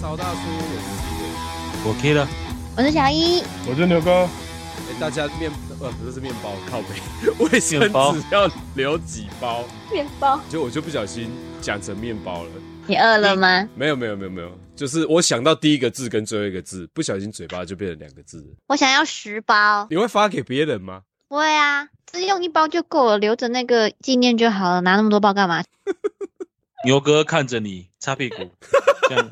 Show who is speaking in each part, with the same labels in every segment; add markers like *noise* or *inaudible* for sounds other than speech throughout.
Speaker 1: 豪大叔，我是 C 位。
Speaker 2: 我 K 了，
Speaker 3: 我是小一，
Speaker 4: 我是牛哥，
Speaker 1: 哎、大家面呃不是面包，靠背，卫生
Speaker 2: 面包
Speaker 1: 纸要留几包？
Speaker 3: 面包。
Speaker 1: 就我就不小心讲成面包了。
Speaker 3: 你饿了吗？
Speaker 1: 没有没有没有没有，就是我想到第一个字跟最后一个字，不小心嘴巴就变成两个字了。
Speaker 3: 我想要十包。
Speaker 1: 你会发给别人吗？
Speaker 3: 不会啊，只用一包就够了，留着那个纪念就好了，拿那么多包干嘛？
Speaker 2: 牛哥看着你擦屁股，这样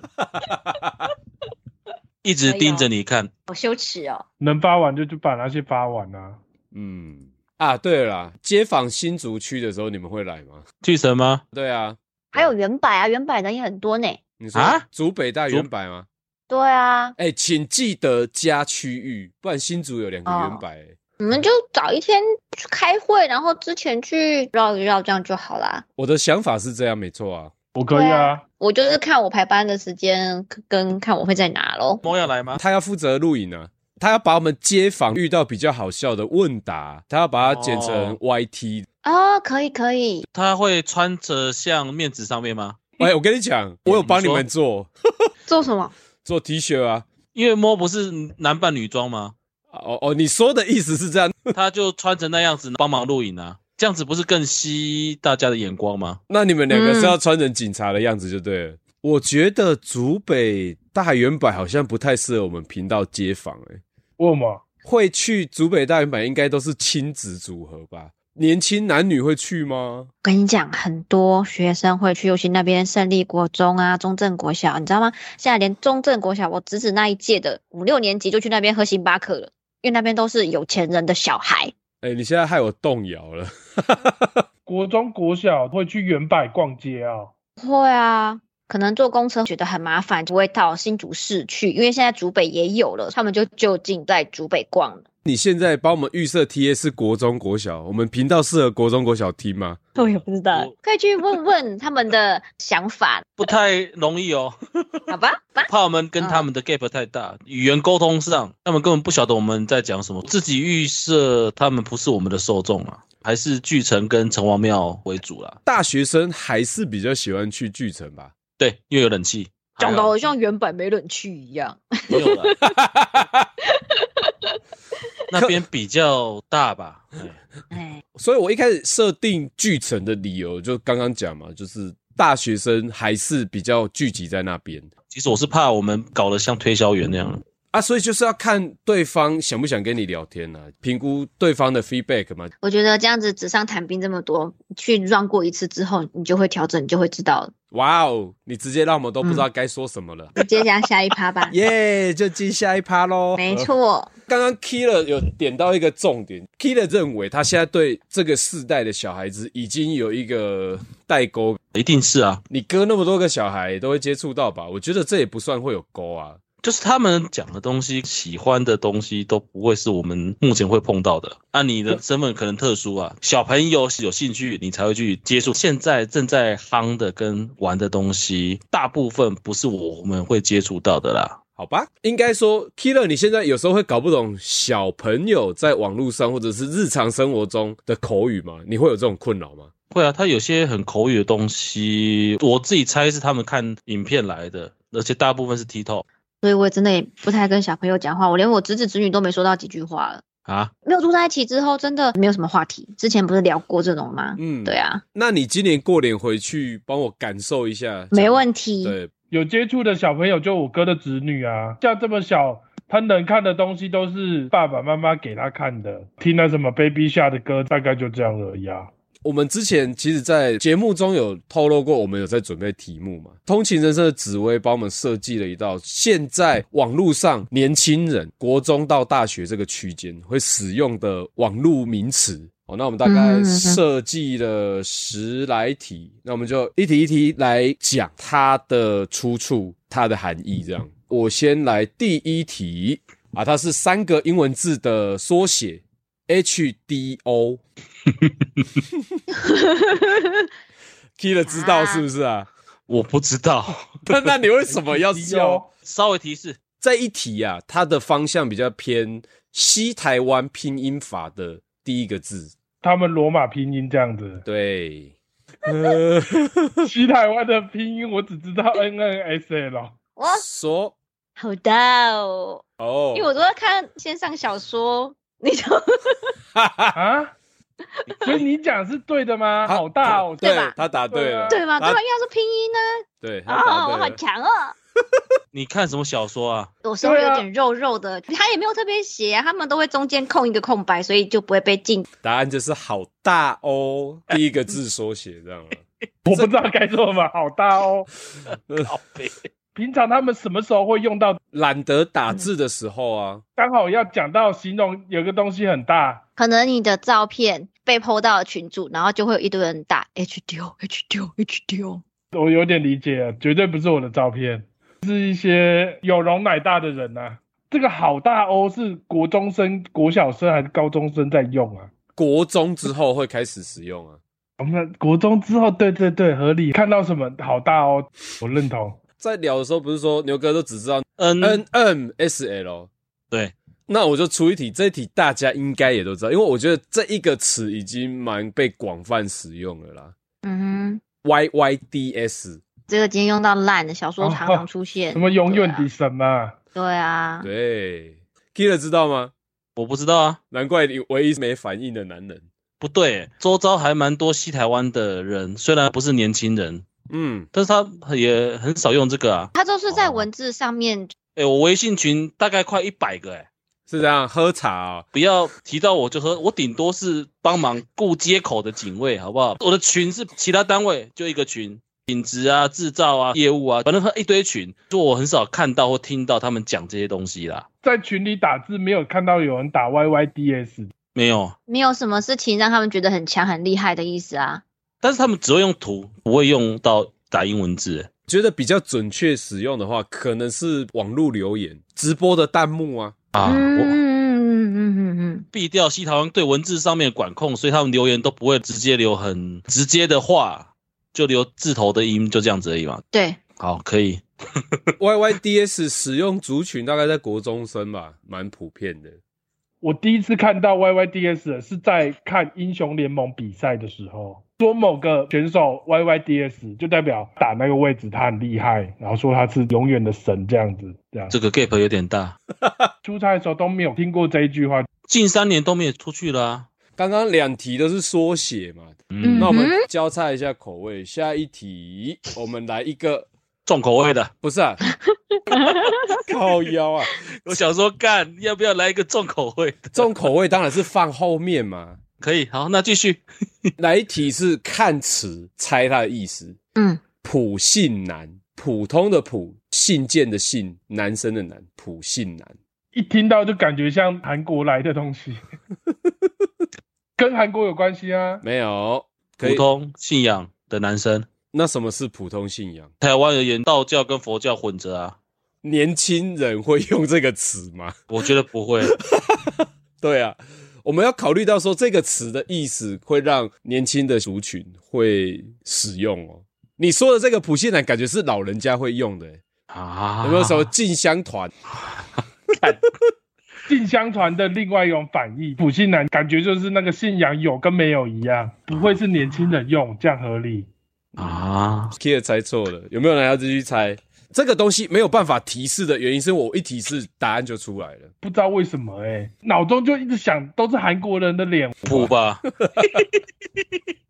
Speaker 2: 一直盯着你看。
Speaker 5: 好羞耻哦！
Speaker 4: 能发完就就把那些发完啊。
Speaker 1: 嗯啊，对了啦，街访新竹区的时候你们会来吗？
Speaker 2: 巨神吗？
Speaker 1: 对啊，
Speaker 3: 还有原版啊，原版人也很多呢。
Speaker 1: 你说
Speaker 2: 啊
Speaker 1: 竹北大原版吗？
Speaker 3: 对啊，
Speaker 1: 哎、请记得加区域，不然新竹有两个原版、欸
Speaker 3: 你们就找一天去开会，然后之前去绕一绕，这样就好啦。
Speaker 1: 我的想法是这样，没错啊。
Speaker 4: 我可以啊，
Speaker 3: 我就是看我排班的时间跟看我会在哪喽。
Speaker 2: 猫要来吗？
Speaker 1: 他要负责录影啊，他要把我们街访遇到比较好笑的问答，他要把它剪成
Speaker 2: 哦
Speaker 1: YT。
Speaker 3: 哦，可以可以，
Speaker 2: 他会穿着像面子上面吗？
Speaker 1: 哎、我跟你讲，我有帮你们做
Speaker 3: 做什么？
Speaker 1: 做 T 恤啊。
Speaker 2: 因为摸不是男扮女装吗？
Speaker 1: 哦哦，你说的意思是这样？
Speaker 2: 他就穿成那样子帮忙录影啊，这样子不是更吸大家的眼光吗？
Speaker 1: 那你们两个是要穿成警察的样子就对了。我觉得竹北大圆柏好像不太适合我们频道街访、欸，
Speaker 4: 问我
Speaker 1: 会去竹北大圆柏应该都是亲子组合吧？年轻男女会去吗？
Speaker 3: 我跟你讲，很多学生会去，尤其那边胜利国中啊、中正国小，你知道吗？现在连中正国小，我侄子那一届的五六年级就去那边喝星巴克了，因为那边都是有钱人的小孩。
Speaker 1: 哎、你现在害我动摇了。
Speaker 4: 国中、国小会去原百逛街啊、
Speaker 3: 会啊，可能坐公车觉得很麻烦，就会到新竹市去，因为现在竹北也有了，他们就就近在竹北逛了。
Speaker 1: 你现在帮我们预设 T A 是国中国小，我们频道适合国中国小听吗？
Speaker 3: 我也不知
Speaker 2: 道，
Speaker 3: 可以去问问他们的想法，
Speaker 2: 不太容易哦，
Speaker 3: 好吧？吧，
Speaker 2: 怕我们跟他们的 gap 太大，语言沟通上，他们根本不晓得我们在讲什么，自己预设他们不是我们的受众啊，还是巨城跟城隍庙为主啦。
Speaker 1: 大学生还是比较喜欢去巨城吧。
Speaker 2: 对，又有冷气，
Speaker 3: 讲的好像原本没人去一样。
Speaker 2: 没有
Speaker 3: *laughs*
Speaker 2: 了，那边比较大吧。哎
Speaker 3: 哎，
Speaker 1: 所以我一开始设定巨城的理由，就刚刚讲嘛，就是大学生还是比较聚集在那边
Speaker 2: 其实我是怕我们搞得像推销员那样，
Speaker 1: 啊，所以就是要看对方想不想跟你聊天啊，评估对方的 feedback 嘛。
Speaker 3: 我觉得这样子纸上谈兵这么多，去乱过一次之后，你就会调整，你就会知道了。
Speaker 1: 哇哦，你直接让我们都不知道该说什么了，。
Speaker 3: 接下来下一趴吧
Speaker 1: *laughs* 耶、就进下一趴喽。
Speaker 3: 没错，
Speaker 1: 刚刚 Killer 有点到一个重点，Killer 认为他现在对这个世代的小孩子已经有一个代沟。
Speaker 2: 一定是啊，
Speaker 1: 你哥那么多个小孩都会接触到吧？我觉得这也不算会有沟啊。
Speaker 2: 就是他们讲的东西、喜欢的东西都不会是我们目前会碰到的。按、你
Speaker 3: 嗯
Speaker 2: 的身份可能特殊啊，小朋友有兴趣，你才会去接触现在正在夯的跟玩的东西，大部分不是我们会接触到的啦。
Speaker 1: 好吧，应该说，Killer，你现在有时候会搞不懂小朋友在网络上或者是日常生活中的口语吗？你会有这种困扰吗？
Speaker 2: 会啊，他有些很口语的东西，我自己猜是他们看影片来的，而且大部分是 TikTok
Speaker 3: 所以我真的也不太跟小朋友讲话，我连我侄子侄女都没说到几句话了。
Speaker 2: 啊。
Speaker 3: 没有住在一起之后，真的没有什么话题。之前不是聊过这种吗？
Speaker 1: 嗯
Speaker 3: 对。啊，
Speaker 1: 那你今年过年回去帮我感受一下，
Speaker 3: 没问题。
Speaker 1: 对，
Speaker 4: 有接触的小朋友就我哥的侄女啊，像这么小，他能看的东西都是爸爸妈妈给他看的，听了什么 Baby Shark 的歌，大概就这样而已啊。
Speaker 1: 我们之前其实，在节目中有透露过，我们有在准备题目嘛？通勤人生的紫薇帮我们设计了一道，现在网络上年轻人国中到大学这个区间会使用的网络名词。哦，那我们大概
Speaker 3: 嗯嗯嗯
Speaker 1: 设计了十来题，那我们就一题一题来讲它的出处、它的含义。这样，我先来第一题啊，它是三个英文字的缩写 HDO。Killer 知道是不是啊？
Speaker 2: 我不知道， *laughs*
Speaker 1: 那那你为什么要笑？
Speaker 2: 稍微提示
Speaker 1: 这一题啊，它的方向比较偏西台湾拼音法的第一个字，，
Speaker 4: 他们罗马拼音这样子
Speaker 1: *laughs* 对。呃
Speaker 4: 西台湾的拼音我只知道 N N S L，
Speaker 3: 我
Speaker 1: 说
Speaker 3: 好大哦，
Speaker 1: 哦，
Speaker 3: 啊因为我都在看线上小说，你就
Speaker 1: *laughs*
Speaker 4: 啊？所以你讲是对的吗？
Speaker 1: 他
Speaker 4: 好大哦！啊
Speaker 1: 对
Speaker 3: 对吧
Speaker 1: 他答对了，
Speaker 3: 对吧？
Speaker 1: 他
Speaker 3: 对吧？因为它是拼音呢、
Speaker 1: 对，他
Speaker 3: 啊，
Speaker 1: 答
Speaker 3: 哦，我
Speaker 1: 对
Speaker 3: 好
Speaker 1: 了。
Speaker 3: 强哦。
Speaker 2: *laughs* 你看什么小说啊？
Speaker 3: 有时候
Speaker 4: 对啊
Speaker 3: 有点肉肉的，他也没有特别写、啊，他们都会中间空一个空白，所以就不会被禁。
Speaker 1: 答案就是好大哦，第一个字缩写这样啊吗？
Speaker 4: 我不知道该说什么，好大哦！
Speaker 2: 靠背，
Speaker 4: 平常他们什么时候会用到？
Speaker 1: 懒得打字的时候啊，
Speaker 4: 刚好要讲到形容有个东西很大，
Speaker 3: 可能你的照片被 PO 到了群组，然后就会有一堆人打 H O，H 丢 H 丢 H 丢。
Speaker 4: 我有点理解了，绝对不是我的照片，是一些有容乃大的人啊。这个好大哦，是国中生、国小生还是高中生在用啊？
Speaker 1: 国中之后会开始使用啊。
Speaker 4: 我们国中之后，对对对，合理。看到什么好大哦，我认同。
Speaker 1: 在聊的时候不是说牛哥都只知道
Speaker 2: 嗯，
Speaker 1: N M S L，
Speaker 2: 对，
Speaker 1: 那我就出一题，这一题大家应该也都知道，因为我觉得这一个词已经蛮被广泛使用了啦。
Speaker 3: 嗯哼，
Speaker 1: Y Y D S，
Speaker 3: 这个今天用到烂的小说常常出现，
Speaker 4: 哦什么永远的神嘛？
Speaker 3: 对啊，对啊
Speaker 1: 对，Killer 知道吗？
Speaker 2: 我不知道啊，
Speaker 1: 难怪你唯一没反应的男人。
Speaker 2: 不对，周遭还蛮多西台湾的人，虽然不是年轻人，
Speaker 1: 嗯，
Speaker 2: 但是他也很少用这个啊。
Speaker 3: 他就是
Speaker 4: 哦
Speaker 3: 在文字上面，
Speaker 2: 哎、我微信群大概快一百个哎、
Speaker 1: 是这样，喝茶、哦。
Speaker 2: 不要提到我就喝，我顶多是帮忙顾街口的警卫，好不好？我的群是其他单位就一个群，品质啊、制造啊、业务啊，反正一堆群，就我很少看到或听到他们讲这些东西啦。
Speaker 4: 在群里打字没有看到有人打 YYDS，
Speaker 2: 没有，
Speaker 3: 没有什么事情让他们觉得很强很厉害的意思啊。
Speaker 2: 但是他们只会用图，不会用到打英文字。
Speaker 1: 觉得比较准确使用的话，可能是网络留言、直播的弹幕啊。
Speaker 2: 啊，
Speaker 3: 嗯嗯
Speaker 2: 我
Speaker 3: 嗯嗯嗯嗯
Speaker 2: 避掉西台湾对文字上面的管控，所以他们留言都不会直接留很直接的话，就留字头的音，就这样子而已嘛。
Speaker 3: 对，
Speaker 2: 好，可以。
Speaker 1: Y Y D S 使用族群大概在国中生吧，蛮普遍的。
Speaker 4: 我第一次看到 YYDS 的是在看英雄联盟比赛的时候，说某个选手 YYDS 就代表打那个位置他很厉害，然后说他是永远的神这样子。这样
Speaker 2: 这个 gap 有点大，
Speaker 4: 出差的时候都没有听过这一句话，
Speaker 2: 近三年都没有出去啦、
Speaker 1: 刚刚两题都是缩写嘛，
Speaker 3: 嗯
Speaker 1: 那
Speaker 2: 那
Speaker 1: 我们交叉一下口味。下一题，我们来一个，
Speaker 2: 重口味的。
Speaker 1: 不是啊，靠腰啊，
Speaker 2: *laughs* 我想说，干要不要来一个重口味的？
Speaker 1: 重口味当然是放后面嘛。
Speaker 2: 可以，好，那继续。
Speaker 1: 来一题是看词猜它的意思，
Speaker 3: 嗯，
Speaker 1: 普信男，普通的普，信件的信，男生的男，普信男。
Speaker 4: 一听到就感觉像韩国来的东西，跟韩国有关系啊。
Speaker 1: 没有，可
Speaker 2: 普
Speaker 1: 以。
Speaker 2: 通信仰的男生，
Speaker 1: 那什么是普通信仰？
Speaker 2: 台湾而言，道教跟佛教混着啊，
Speaker 1: 年轻人会用这个词吗？
Speaker 2: 我觉得不会。
Speaker 1: *laughs* 对啊，我们要考虑到说这个词的意思会让年轻的族群会使用哦。你说的这个普信男，感觉是老人家会用的、欸
Speaker 2: 啊，
Speaker 1: 有没有什么进香团？ *laughs*
Speaker 4: 近相传的另外一种反义，普信男感觉就是那个信仰有跟没有一样，不会是年轻人用，这样合理。
Speaker 2: 啊？
Speaker 1: k i d 猜错了，有没有人要继续猜？这个东西没有办法提示的原因是我一提示答案就出来了。
Speaker 4: 不知道为什么哎、脑中就一直想都是韩国人的脸，
Speaker 2: 普吧，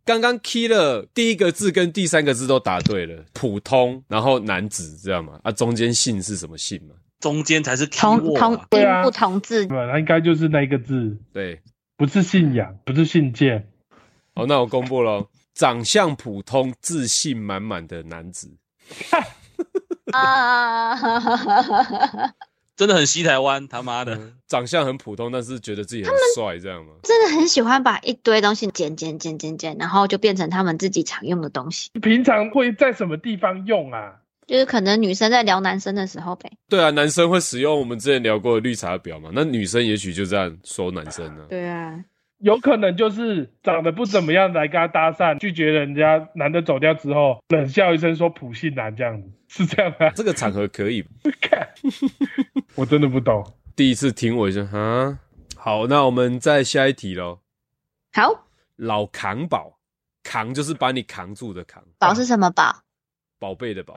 Speaker 1: 刚刚 Killer 第一个字跟第三个字都答对了，普通，然后男子这样嘛？啊，中间姓是什么姓嘛？
Speaker 2: 中间才是 key
Speaker 3: 同
Speaker 2: word
Speaker 3: 同
Speaker 2: 啊
Speaker 4: 对啊
Speaker 3: 音不同字，
Speaker 4: 那应该就是那一个字，
Speaker 1: 对，
Speaker 4: 不是信仰，不是信件。
Speaker 1: 好，那我公布喽，长相普通、自信满满的男子。
Speaker 3: 啊，
Speaker 2: 真的很西台湾，他妈的，
Speaker 1: 长相很普通，但是觉得自己很帅，这样吗？
Speaker 3: 真的很喜欢把一堆东西剪剪剪剪剪，然后就变成他们自己常用的东西，
Speaker 4: *laughs* 平常会在什么地方用啊？
Speaker 3: 就是可能女生在聊男生的时候呗。
Speaker 1: 对啊，男生会使用我们之前聊过的绿茶婊嘛？那女生也许就这样说男生呢、
Speaker 3: 对啊，
Speaker 4: 有可能就是长得不怎么样来跟他搭讪，拒绝人家，男的走掉之后冷笑一声说普信男这样子，是这样吗？ *laughs*
Speaker 1: 这个场合可以。
Speaker 4: 我真的不懂。
Speaker 1: 第一次听我就啊，好，那我们再下一题喽。
Speaker 3: 好，
Speaker 1: 老扛宝，扛就是把你扛住的扛，
Speaker 3: 宝是什么宝？
Speaker 1: 宝贝的宝，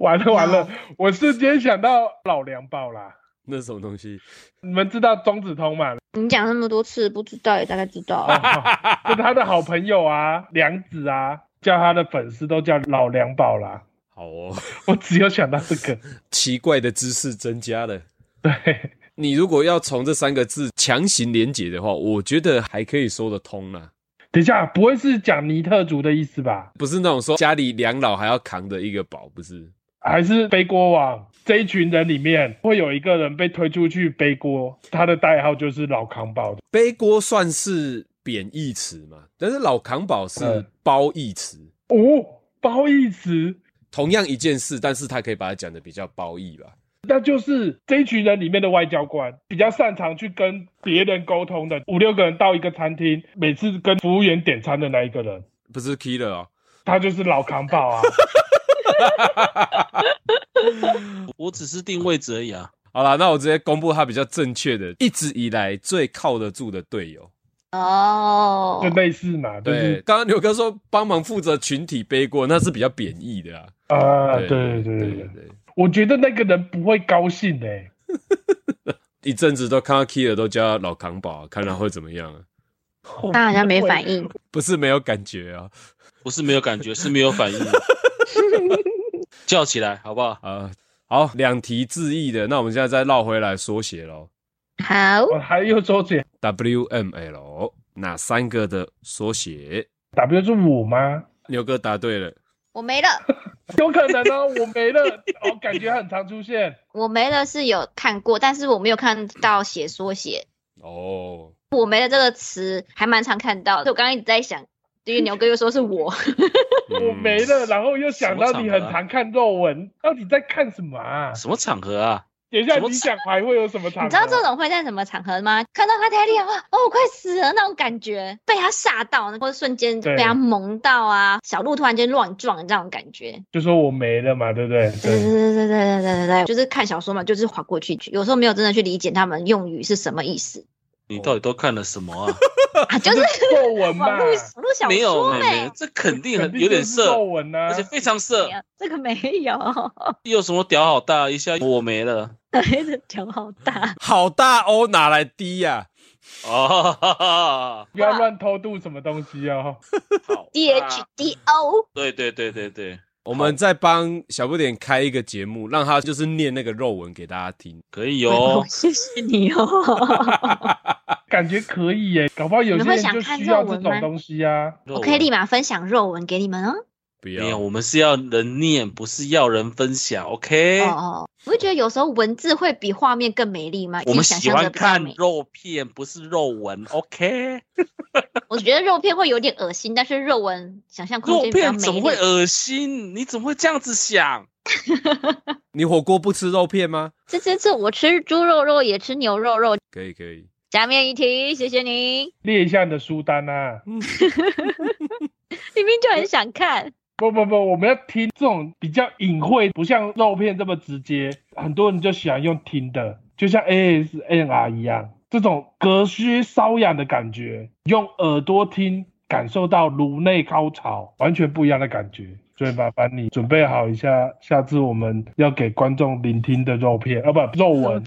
Speaker 4: 完了完了，我瞬间想到老粮宝啦。
Speaker 1: 那是什么东西？
Speaker 4: 你们知道中子通 *laughs* 吗？
Speaker 3: 你讲那么多次，不知道也大概知道。
Speaker 4: *laughs*
Speaker 3: *laughs*
Speaker 4: 就他的好朋友啊，梁子啊，叫他的粉丝都叫老梁宝啦。
Speaker 1: 好哦，
Speaker 4: *laughs* 我只有想到这 *laughs* 个，
Speaker 1: 奇怪的知识增加了。
Speaker 4: 对，
Speaker 1: 你如果要从这三个字强行连结的话，我觉得还可以说得通啦、
Speaker 4: 等一下不会是讲尼特族的意思吧？
Speaker 1: 不是那种说家里两老还要扛的一个宝，不是？
Speaker 4: 还是背锅王这一群人里面会有一个人被推出去背锅，他的代号就是老扛宝的。
Speaker 1: 背锅算是贬义词嘛，但是老扛宝是
Speaker 4: 嗯
Speaker 1: 褒义词，
Speaker 4: 哦，褒义词，
Speaker 1: 同样一件事，但是他可以把它讲的比较褒义吧。
Speaker 4: 那就是这一群人里面的外交官，比较擅长去跟别人沟通的。五六个人到一个餐厅，每次跟服务员点餐的那一个人，
Speaker 1: 不是 killer 哦，
Speaker 4: 他就是老扛宝 *laughs* 啊。
Speaker 2: 我只是定位置而已啊。
Speaker 1: 好啦，那我直接公布他比较正确的，一直以来最靠得住的队友。
Speaker 3: 哦
Speaker 4: 就，类似嘛，就
Speaker 1: 对
Speaker 4: 是，
Speaker 1: 刚刚牛哥说帮忙负责群体背锅，那是比较贬义的啊。
Speaker 4: 啊，对对对
Speaker 1: 对
Speaker 4: 对对，我觉得那个人不会高兴哎、
Speaker 1: 一阵子都看到 Killer 都叫他老扛宝、看他会怎么样啊？
Speaker 3: 他好像没反应。
Speaker 1: 不是没有感觉啊，
Speaker 2: 不是没有感觉，是没有反应。叫起来好不好？
Speaker 1: 啊、好，两题字义的，那我们现在再绕回来缩写喽
Speaker 3: 好，
Speaker 4: 哦，还有周姐
Speaker 1: ，WML 哪三个的缩写？
Speaker 4: ，W 是我吗？
Speaker 1: 牛哥答对了，
Speaker 3: 我没了，
Speaker 4: 有可能哦，我没了，我、哦、感觉很常出现。
Speaker 3: 我没了是有看过，但是我没有看到写缩写。
Speaker 1: 哦，
Speaker 3: 我没了这个词还蛮常看到的，所以我刚刚一直在想，因为牛哥又说是我，
Speaker 4: 我
Speaker 2: 嗯
Speaker 4: 没了，然后又想到你
Speaker 2: 什么场
Speaker 4: 很
Speaker 2: 合啊
Speaker 4: 常看肉文，到底在看什么啊？
Speaker 2: 什么场合啊？
Speaker 4: 等一下
Speaker 2: 什么
Speaker 4: 你想还会有什么场合？
Speaker 3: 你知道这种会在什么场合吗？看到他在脸，哇，哦，我快死了那种感觉，被他吓到，或者瞬间
Speaker 4: 对
Speaker 3: 被他萌到啊，小鹿突然间乱撞这种感觉。
Speaker 4: 就说我没了嘛，对不对？
Speaker 3: 对对
Speaker 4: 对，
Speaker 3: 对对对对对对，就是看小说嘛，就是划过去，有时候没有真的去理解他们用语是什么意思 *laughs*
Speaker 2: 你到底都看了什么啊？
Speaker 3: 啊，就是
Speaker 4: 肉文嘛
Speaker 3: 网，络网络小
Speaker 2: 没有，
Speaker 3: 说哎欸
Speaker 2: 妹
Speaker 3: 嘞
Speaker 2: 妹，。这肯定
Speaker 4: *laughs* 肯
Speaker 2: 很
Speaker 4: 定
Speaker 2: 有点
Speaker 4: 就是
Speaker 2: 色
Speaker 4: 肉，文啊呐、
Speaker 2: 而且非常色
Speaker 3: 没。有哎这个没有， *laughs*
Speaker 2: 有什么屌好大？一下我没了
Speaker 3: 哎这脚好大，
Speaker 1: 好大哦，哪来低呀、
Speaker 3: *laughs*
Speaker 2: 哦，
Speaker 4: 不要乱偷渡什么东西哦。
Speaker 2: 好
Speaker 3: D H D
Speaker 2: *laughs*
Speaker 3: O，。
Speaker 2: 对对对对对，
Speaker 1: 我们再帮小不点开一个节目，让他就是念那个肉文给大家听。
Speaker 2: 可以哦
Speaker 3: *laughs* 谢谢你
Speaker 2: *laughs*
Speaker 3: 哦，
Speaker 4: 感觉可以耶，搞不好有
Speaker 3: 你
Speaker 4: 些
Speaker 3: 们会
Speaker 4: 人
Speaker 3: 想
Speaker 4: 就
Speaker 3: 看
Speaker 4: 需
Speaker 3: 肉
Speaker 4: 要这
Speaker 3: 文
Speaker 4: 种
Speaker 3: 吗
Speaker 4: 东西啊。
Speaker 2: 肉
Speaker 3: 我
Speaker 2: 文
Speaker 3: 可以立马分享肉文给你们哦。
Speaker 1: 不
Speaker 2: 没有，
Speaker 1: 要，
Speaker 2: 我们是要人念，不是要人分享。OK，
Speaker 3: 哦哦，我会觉得有时候文字会比画面更美丽吗？
Speaker 2: 我
Speaker 3: 自己
Speaker 2: 们
Speaker 3: 想
Speaker 2: 喜
Speaker 3: 象
Speaker 2: 欢
Speaker 3: 的比较
Speaker 2: 看
Speaker 3: 美。
Speaker 2: 肉片，不是肉文。OK，
Speaker 3: 我觉得肉片会有点恶心，但是肉文想象空
Speaker 2: 肉
Speaker 3: 间比较
Speaker 2: 片
Speaker 3: 美
Speaker 2: 怎么
Speaker 3: 丽。
Speaker 2: 会恶心？你怎么会这样子想？
Speaker 1: 你火锅不吃肉片吗？
Speaker 3: 这这这，我吃猪肉肉也吃牛肉肉。
Speaker 1: 可以可以，
Speaker 3: 下面一题，谢谢您，
Speaker 4: 列一下你的书单啊！
Speaker 3: 明明就很想看。
Speaker 4: 不不不，我们要听这种比较隐晦，不像肉片这么直接。很多人就喜欢用听的，就像 ASMR 一样，这种隔靴搔痒的感觉，用耳朵听，感受到颅内高潮，完全不一样的感觉。所以麻烦你准备好一下，下次我们要给观众聆听的肉片，啊不肉文，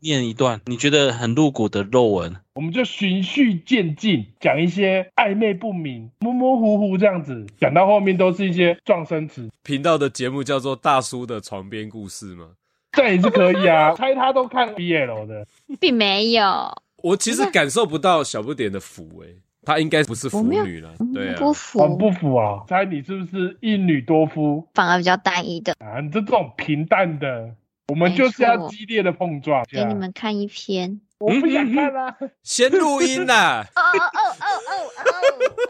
Speaker 2: 念一段你觉得很露骨的肉文，
Speaker 4: 我们就循序渐进，讲一些暧昧不明、模模糊糊这样子，讲到后面都是一些撞声词。
Speaker 1: 频道的节目叫做《大叔的床边故事》吗？
Speaker 4: 这样也是可以啊， *laughs* 猜他都看 BL 的，
Speaker 3: *laughs* 并没有，
Speaker 1: 我其实感受不到小不点的腐诶、她应该不是腐女了，对啊，
Speaker 3: 不 *laughs*
Speaker 2: 哦
Speaker 4: 很
Speaker 3: 服，
Speaker 4: 不服啊！猜你是不是一女多夫
Speaker 3: 反而比较单一的。
Speaker 4: 啊？你这种平淡的，我们就是
Speaker 3: 没
Speaker 4: 要
Speaker 3: 错
Speaker 4: 激烈的碰撞。
Speaker 2: 啊
Speaker 3: 给你，们看一篇。。
Speaker 4: 我不想看啊啦、
Speaker 1: 先录音啦
Speaker 3: 哦哦哦哦哦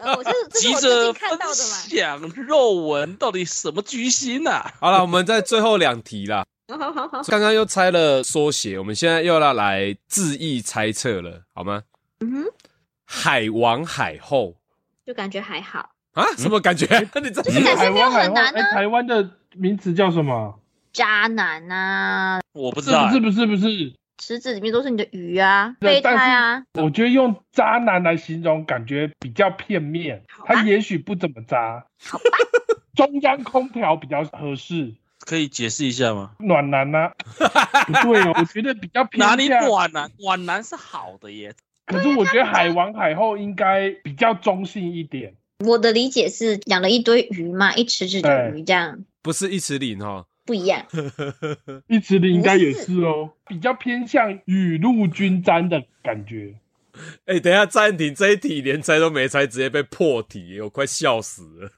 Speaker 3: 哦！我这是这是
Speaker 2: 急
Speaker 3: 我最
Speaker 2: 着分
Speaker 3: 近看到的嘛。
Speaker 2: 享肉文，到底什么居心啊？
Speaker 1: 好了，我们在最后两题啦。
Speaker 3: 好好好，
Speaker 1: 刚刚又猜了缩写，我们现在又要来字义猜测了，好吗？
Speaker 3: 嗯哼，
Speaker 1: 海王海后
Speaker 3: 就感觉还好。
Speaker 1: 啊，什么感觉？ *laughs* 你这
Speaker 3: 是感觉
Speaker 4: 台
Speaker 3: 没有
Speaker 4: 湾
Speaker 3: 很
Speaker 4: 海湾，
Speaker 3: 难
Speaker 4: 哎、
Speaker 3: 啊
Speaker 4: 台湾的名词叫什么？
Speaker 3: 渣男啊，
Speaker 2: 我不知
Speaker 4: 是
Speaker 2: 道欸、
Speaker 4: 不是不是不是？
Speaker 3: 池子里面都是你的鱼啊，备
Speaker 4: 对
Speaker 3: 胎啊。
Speaker 4: 我觉得用渣男来形容，感觉比较片面
Speaker 3: 好。吧
Speaker 4: 他也许不怎么渣，
Speaker 3: 好吧，
Speaker 4: *laughs* 中央空调比较合适。
Speaker 2: 可以解释一下吗？
Speaker 4: 暖
Speaker 2: *laughs*
Speaker 4: 男呢、不对哦，我觉得比较偏
Speaker 2: 哪里
Speaker 4: 向。
Speaker 2: 暖男？暖男是好的耶，
Speaker 4: 可是我觉得海王海后应该比较中性一点。
Speaker 3: 我的理解是养了一堆鱼嘛，一池子的
Speaker 4: 对
Speaker 3: 鱼这样
Speaker 1: 不是一尺零哈。
Speaker 3: 不一样。
Speaker 4: 一直零应该也
Speaker 3: 不是
Speaker 4: 是哦，比较偏向雨露均沾的感觉。
Speaker 1: 哎、等一下暂停，这一题连猜都没猜，直接被破题，我快笑死
Speaker 3: *laughs*
Speaker 1: 了。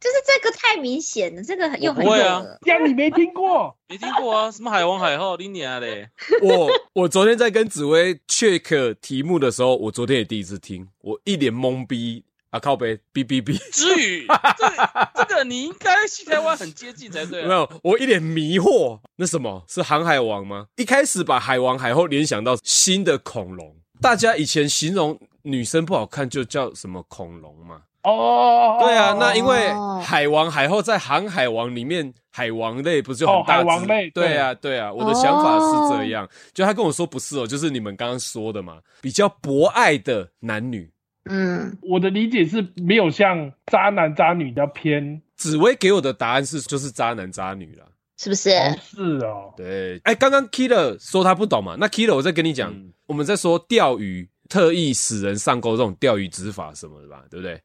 Speaker 3: 就是这个太明显了，这个又很
Speaker 2: 我不会
Speaker 3: 弱
Speaker 2: 啊
Speaker 3: 了。
Speaker 4: 这样你没听过？
Speaker 2: 没听过啊？什么海王海后，啊你娘嘞！
Speaker 1: 我我昨天在跟紫薇 check 题目的时候，我昨天也第一次听，我一脸懵逼啊，靠背哔哔哔，
Speaker 2: 之宇，这个这个你应该西台湾很接近才对
Speaker 1: 没
Speaker 2: 啊。
Speaker 1: 有，我一脸迷惑，那什么是航海王吗？一开始把海王海后联想到新的恐龙，大家以前形容女生不好看就叫什么恐龙嘛，
Speaker 4: *laughs* 哦，
Speaker 1: 对啊，那因为
Speaker 3: 哦
Speaker 1: 海王海后在航海王里面，海王类不是就很
Speaker 4: 哦
Speaker 1: 大只、
Speaker 4: 海王类
Speaker 1: 对
Speaker 4: 对哦
Speaker 1: 啊，对啊，我的想法是这样。就他跟我说不是哦，就是你们刚刚说的嘛，比较博爱的男女。
Speaker 3: 嗯，
Speaker 4: 我的理解是没有像渣男渣女比较偏。
Speaker 1: 紫薇给我的答案是就是渣男渣女啦。
Speaker 3: 是不是？
Speaker 4: 哦，是哦，
Speaker 1: 对，哎，刚刚 Killer 说他不懂嘛，那 Killer 我再跟你讲，
Speaker 2: 嗯
Speaker 1: 我们在说钓鱼特意使人上钩这种钓鱼执法什么的吧，对不对？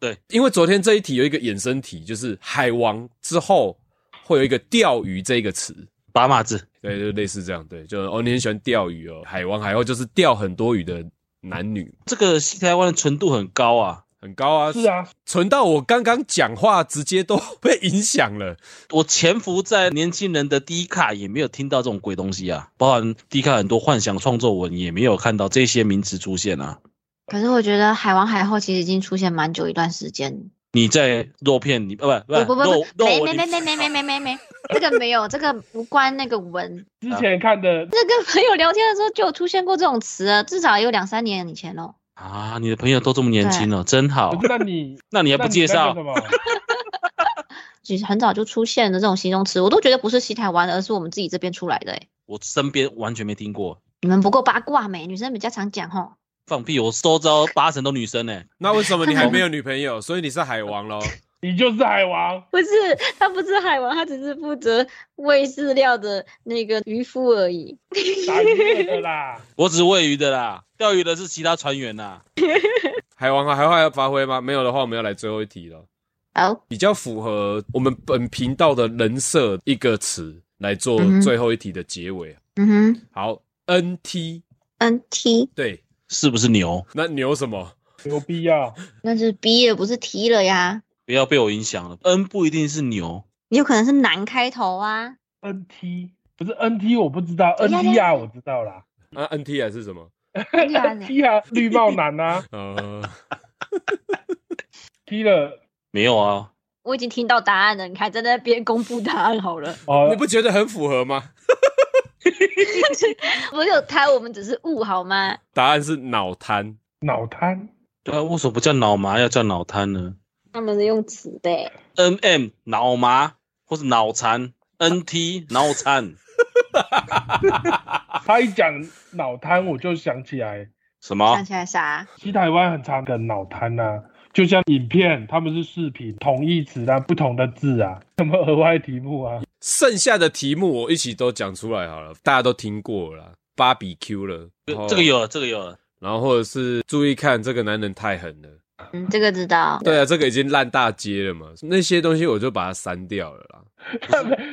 Speaker 2: 对，
Speaker 1: 因为昨天这一题有一个衍生题，就是海王之后会有一个钓鱼这个词。
Speaker 2: 拔马子，
Speaker 1: 对，就类似这样，对，就哦，你很喜欢钓鱼哦，海王海后就是钓很多鱼的男女，
Speaker 2: 这个西台湾的纯度很高啊。
Speaker 1: 很高啊，
Speaker 4: 是，啊，
Speaker 1: 纯到我刚刚讲话直接都 *laughs* 被影响了，
Speaker 2: 我潜伏在年轻人的低卡也没有听到这种鬼东西啊，包含低卡很多幻想创作文也没有看到这些名词出现啊。
Speaker 3: 可是我觉得海王海后其实已经出现蛮久一段时间。
Speaker 2: 你在肉片里，呃，不不不，
Speaker 3: 不不不
Speaker 2: 肉
Speaker 3: 不，
Speaker 2: 肉
Speaker 3: 没
Speaker 2: 文
Speaker 3: 没
Speaker 2: 里
Speaker 3: 没没没没没没没，这个没有，这个无关那个文。 *laughs*
Speaker 4: 之前看的
Speaker 3: 这跟朋友聊天的时候就有出现过这种词了，至少也有两三年以前喽。
Speaker 2: 啊！你的朋友都这么年轻了，真好。
Speaker 4: 那你
Speaker 2: 那你还
Speaker 4: 那
Speaker 2: 不
Speaker 4: 你
Speaker 2: 介
Speaker 4: 那
Speaker 2: 绍
Speaker 4: 个什？么？ *laughs*
Speaker 3: 其实很早就出现了这种形容词，我都觉得不是西台湾的，而是我们自己这边出来的、欸。
Speaker 2: 我身边完全没听过。
Speaker 3: 你们不够八卦没？女生比较常讲吼。
Speaker 2: 放屁！我周遭八成都女生呢、欸
Speaker 1: 那为什么你还没有女朋友？所以你是海王喽？
Speaker 4: 你就是海王，
Speaker 3: 不是，他不是海王，他只是负责喂饲料的那个渔夫而已。
Speaker 4: 打鱼类的啦。
Speaker 2: 我只喂鱼的啦，钓鱼的是其他船员啦。
Speaker 1: 海王海后还要发挥吗？没有的话，我们要来最后一题了，
Speaker 3: 好，
Speaker 1: 比较符合我们本频道的人设一个词来做
Speaker 3: 嗯哼
Speaker 1: 最后一题的结尾。
Speaker 3: 嗯哼
Speaker 1: 好，NT，
Speaker 3: ，N T
Speaker 1: 对，
Speaker 2: 是不是牛？
Speaker 1: 那牛什么？
Speaker 4: 有必要？
Speaker 3: 那是 B 了，不是 T 了呀？
Speaker 2: 不要被我影响了。N 不一定是牛，
Speaker 3: 有可能是男开头
Speaker 4: *laughs*
Speaker 3: 啊。
Speaker 4: NT 不是 NT 我不知道
Speaker 3: 对呀对呀
Speaker 4: ，NTR 我知道啦。
Speaker 1: 啊，NT 还是什么？
Speaker 4: 啊
Speaker 3: 对呀
Speaker 4: NTR 绿帽男啊
Speaker 1: 呃，
Speaker 4: 踢了
Speaker 2: 没有啊。
Speaker 3: 我已经听到答案了，你还在那边公布答案好了。
Speaker 4: 哦
Speaker 2: 呃
Speaker 1: 你，不觉得很符合吗？
Speaker 3: 我有猜，我们只是误好吗？
Speaker 1: 答案是脑瘫。
Speaker 4: 脑瘫
Speaker 2: 对啊，为什么不叫脑麻，要叫脑瘫呢
Speaker 3: 他们是用词的、欸。
Speaker 2: ？N M 脑麻或是脑残，N T 脑残，
Speaker 4: 他一讲脑瘫我就想起来，
Speaker 2: 什
Speaker 3: 想
Speaker 2: 么？
Speaker 3: 起来啥？
Speaker 4: 西台湾很常的脑瘫呐，就像影片他们是视频同义词啊，不同的字啊，什么额外题目啊，
Speaker 1: 剩下的题目我一起都讲出来好了，大家都听过了啦，芭比 Q 了，然后
Speaker 2: 这个，有了，这个有了。
Speaker 1: 然后或者是注意看这个男人太狠了，
Speaker 3: 嗯，这个知道。
Speaker 1: 对啊，这个已经烂大街了嘛，那些东西我就把它删掉了啦。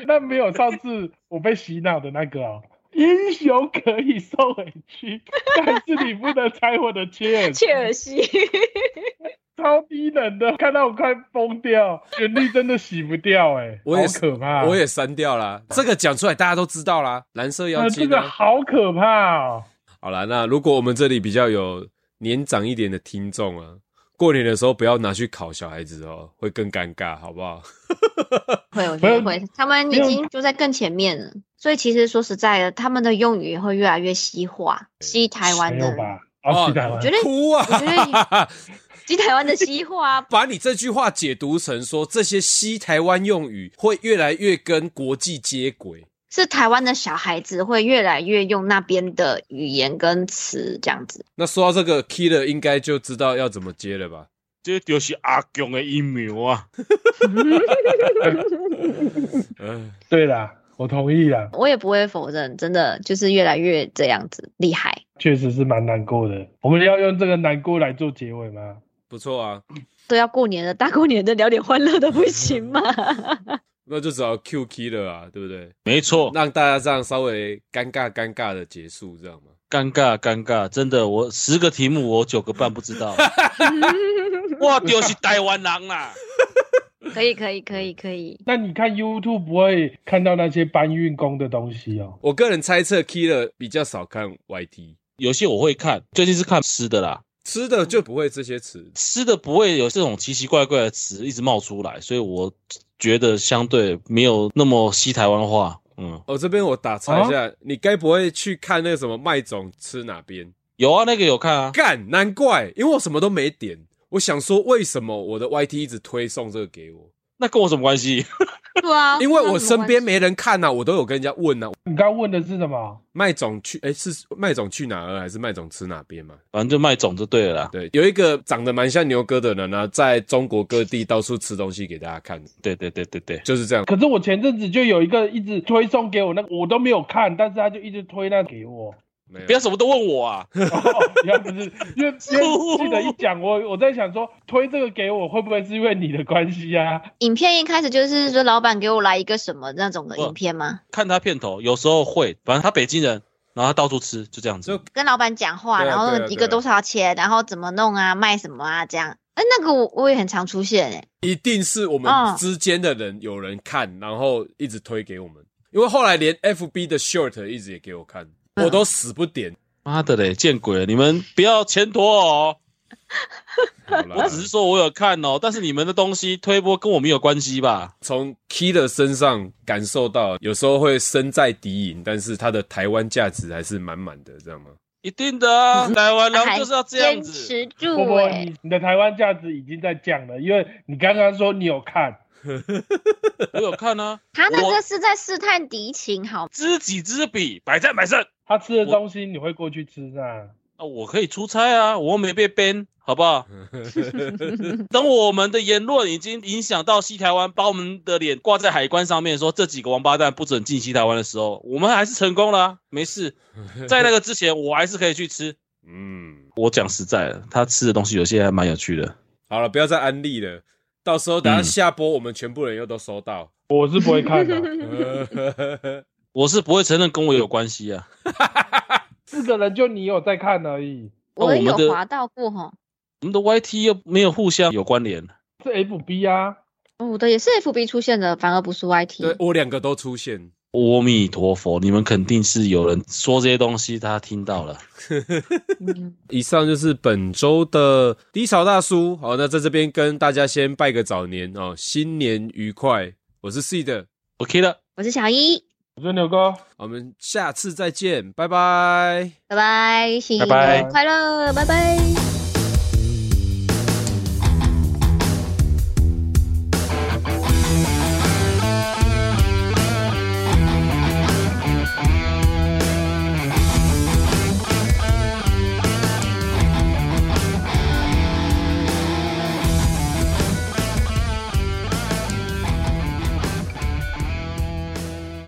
Speaker 4: 那没有上次我被洗脑的那个哦。英雄可以受委屈，但是你不能拆我的
Speaker 1: *laughs*
Speaker 4: 切，
Speaker 3: 切尔
Speaker 4: *laughs*
Speaker 3: 西，
Speaker 4: 超低能的，看到我快疯掉，旋律真的洗不掉哎、
Speaker 1: 我也
Speaker 4: 好可怕，
Speaker 1: 我也删掉啦，这个讲出来大家都知道啦，蓝色妖
Speaker 4: 啊，这
Speaker 1: 精、
Speaker 4: 个
Speaker 1: 啊。
Speaker 4: 好可怕哦！
Speaker 1: 好啦，那如果我们这里比较有年长一点的听众啊，过年的时候不要拿去考小孩子哦，会更尴尬，好不好？
Speaker 3: 会，我觉得会，他们
Speaker 4: 没
Speaker 3: 已
Speaker 4: 有
Speaker 3: 经就在更前面了。所以其实说实在的，他们的用语会越来越西化，西台湾
Speaker 4: 没有
Speaker 3: 的，
Speaker 4: 吧？
Speaker 1: 哦
Speaker 4: 哦，西台湾
Speaker 3: 我觉得
Speaker 1: 哭啊！
Speaker 3: 我觉得西台湾的西化啊，
Speaker 1: *laughs*
Speaker 3: *laughs*
Speaker 1: 把你这句话解读成说，这些西台湾用语会越来越跟国际接轨。
Speaker 3: 是台湾的小孩子会越来越用那边的语言跟词这样子。
Speaker 1: 那说到这个 Killer，应该就知道要怎么接了吧？
Speaker 2: 这就是阿强的阴谋啊！
Speaker 1: 嗯，
Speaker 4: 对啦，我同意啦，
Speaker 3: 我也不会否认，真的就是越来越这样子厉害。
Speaker 4: 确实是蛮难过的。我们要用这个难过来做结尾吗？
Speaker 1: 不错啊，
Speaker 3: 都要过年了，大过年的聊点欢乐的不行吗？
Speaker 1: 那就只要 Q K 了啊，对不对？
Speaker 2: 没错，
Speaker 1: 让大家这样稍微尴尬尴尬的结束，这样吗？
Speaker 2: 尴尬尴尬，真的，我十个题目我九个半不知道，我就是台湾人啊啦。
Speaker 3: *laughs* 可以，可以，可以，可以。
Speaker 4: 那你看 YouTube 不会看到那些搬运工的东西哦。
Speaker 1: 我个人猜测 K 了比较少看 YT，
Speaker 2: 有些我会看，最近是看吃的啦，
Speaker 1: 吃的就不会这些词。
Speaker 2: 吃的不会有这种奇奇怪怪的词一直冒出来，所以我觉得相对没有那么西台湾话。嗯，
Speaker 1: 哦，这边我打岔一下，你该不会去看那个什么麦总吃哪边？
Speaker 2: 有啊，那个有看啊，
Speaker 1: 干，难怪，因为我什么都没点。我想说，为什么我的 YT 一直推送这个给我？
Speaker 2: 那跟我什么关系？
Speaker 3: *laughs*
Speaker 2: *laughs*
Speaker 3: 对啊，
Speaker 1: 因为我身边没人看啊呐、我都有跟人家问呐、
Speaker 4: 你刚问的是什么？
Speaker 1: 麦总去，哎、是麦总去哪儿，还是麦总吃哪边嘛？
Speaker 2: 反正就卖种就对了啦。
Speaker 1: 对，有一个长得蛮像牛哥的人呢、啊在中国各地到处吃东西给大家看，
Speaker 2: 对对对对对，
Speaker 1: 就是这样。
Speaker 4: 可是我前阵子就有一个一直推送给我，那个我都没有看，但是他就一直推那给我。
Speaker 1: 没有
Speaker 2: 不要什么都问我啊。
Speaker 4: 哦，原来不是，因为因为记得一讲，我我在想说推这个给我会不会是因为你的关系啊？
Speaker 3: 影片一开始就是说老板给我来一个什么那种的
Speaker 2: 不
Speaker 3: 影片吗？
Speaker 2: 看他片头，有时候会，反正他北京人，然后他到处吃，就这样子
Speaker 1: 就。
Speaker 3: 跟老板讲话，
Speaker 1: 对啊
Speaker 3: 然
Speaker 1: 对啊
Speaker 3: 后
Speaker 1: 对
Speaker 3: 一
Speaker 1: 啊
Speaker 3: 个多少钱，然后怎么弄啊，卖什么啊这样。哎，那个我我也很常出现哎、
Speaker 1: 一定是我们
Speaker 3: 嗯
Speaker 1: 之间的人有人看，然后一直推给我们。因为后来连 FB 的 short 一直也给我看，
Speaker 3: 嗯
Speaker 1: 我都死不
Speaker 3: *laughs*
Speaker 1: 点。
Speaker 2: 妈的嘞，见鬼了！你们不要钱多哦。
Speaker 1: 好啦
Speaker 2: 我只是说我有看哦，但是你们的东西推播跟我们有关系吧？
Speaker 1: 从 Key 的身上感受到，有时候会身在敌营，但是他的台湾价值还是满满的，这样吗？
Speaker 2: 一定的啊，台湾人就是要这样
Speaker 3: 嗯坚
Speaker 2: 子。
Speaker 3: 持住
Speaker 4: 会不
Speaker 3: 哎、
Speaker 4: 会你你的台湾价值已经在降了？因为你刚刚说你有看，
Speaker 2: 我有看啊，
Speaker 3: 他那
Speaker 2: 我
Speaker 3: 个是在试探敌情，
Speaker 1: 哦
Speaker 3: 好吗，
Speaker 2: 知己知彼，百战百胜。
Speaker 4: 他吃的东西你会过去吃啊？
Speaker 2: 啊，我可以出差啊，我又没被 ban，好不好？等我们的言论已经影响到西台湾，把我们的脸挂在海关上面，说这几个王八蛋不准进西台湾的时候，我们还是成功了、啊，没事。在那个之前，我还是可以去吃。
Speaker 1: 嗯，
Speaker 2: 我讲实在的，他吃的东西有些还蛮有趣的。
Speaker 1: 好了，不要再安利了。到时候等下
Speaker 2: 嗯
Speaker 1: 下播，我们全部人又都收
Speaker 3: *laughs*
Speaker 1: 到。 *laughs*
Speaker 4: 我是不会看的、
Speaker 2: 我是不会承认跟我有关系啊。
Speaker 4: 四个人就你有在看而已，
Speaker 3: 我也
Speaker 2: 我
Speaker 3: 有
Speaker 2: 们的
Speaker 3: 滑到过哈。
Speaker 2: 我们的 YT 又没有互相有关联，
Speaker 4: 是 FB 啊。
Speaker 3: 哦，对，也是 FB 出现的，反而不是
Speaker 1: 对
Speaker 3: YT。
Speaker 1: 我两个都出现，
Speaker 2: 阿弥陀佛，你们肯定是有人说这些东西，他听到了。
Speaker 3: 嗯
Speaker 1: 以上就是本周的低潮大叔。好，那在这边跟大家先拜个早年哦，新年愉快！我是 C 的，
Speaker 2: OK 了，
Speaker 3: 我是小一，
Speaker 4: 我说牛哥，
Speaker 1: 我们下次再见，拜拜。
Speaker 3: 拜拜，新
Speaker 2: 拜拜
Speaker 3: 年快乐，拜拜